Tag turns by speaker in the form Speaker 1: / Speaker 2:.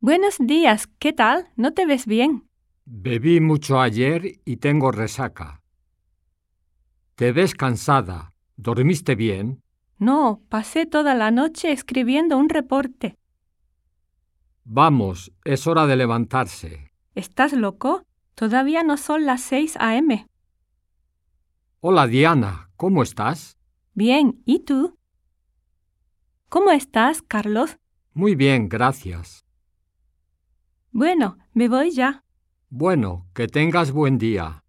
Speaker 1: Buenos días, ¿qué tal? ¿No te ves bien?
Speaker 2: Bebí mucho ayer y tengo resaca. Te ves cansada. ¿Dormiste bien?
Speaker 1: No, pasé toda la noche escribiendo un reporte.
Speaker 2: Vamos, es hora de levantarse.
Speaker 1: ¿Estás loco? Todavía no son las 6 a.m.
Speaker 2: Hola Diana, ¿cómo estás?
Speaker 1: Bien, ¿y tú? ¿Cómo estás, Carlos?
Speaker 2: Muy bien, gracias.
Speaker 1: Bueno, me voy ya.
Speaker 2: Bueno, que tengas buen día.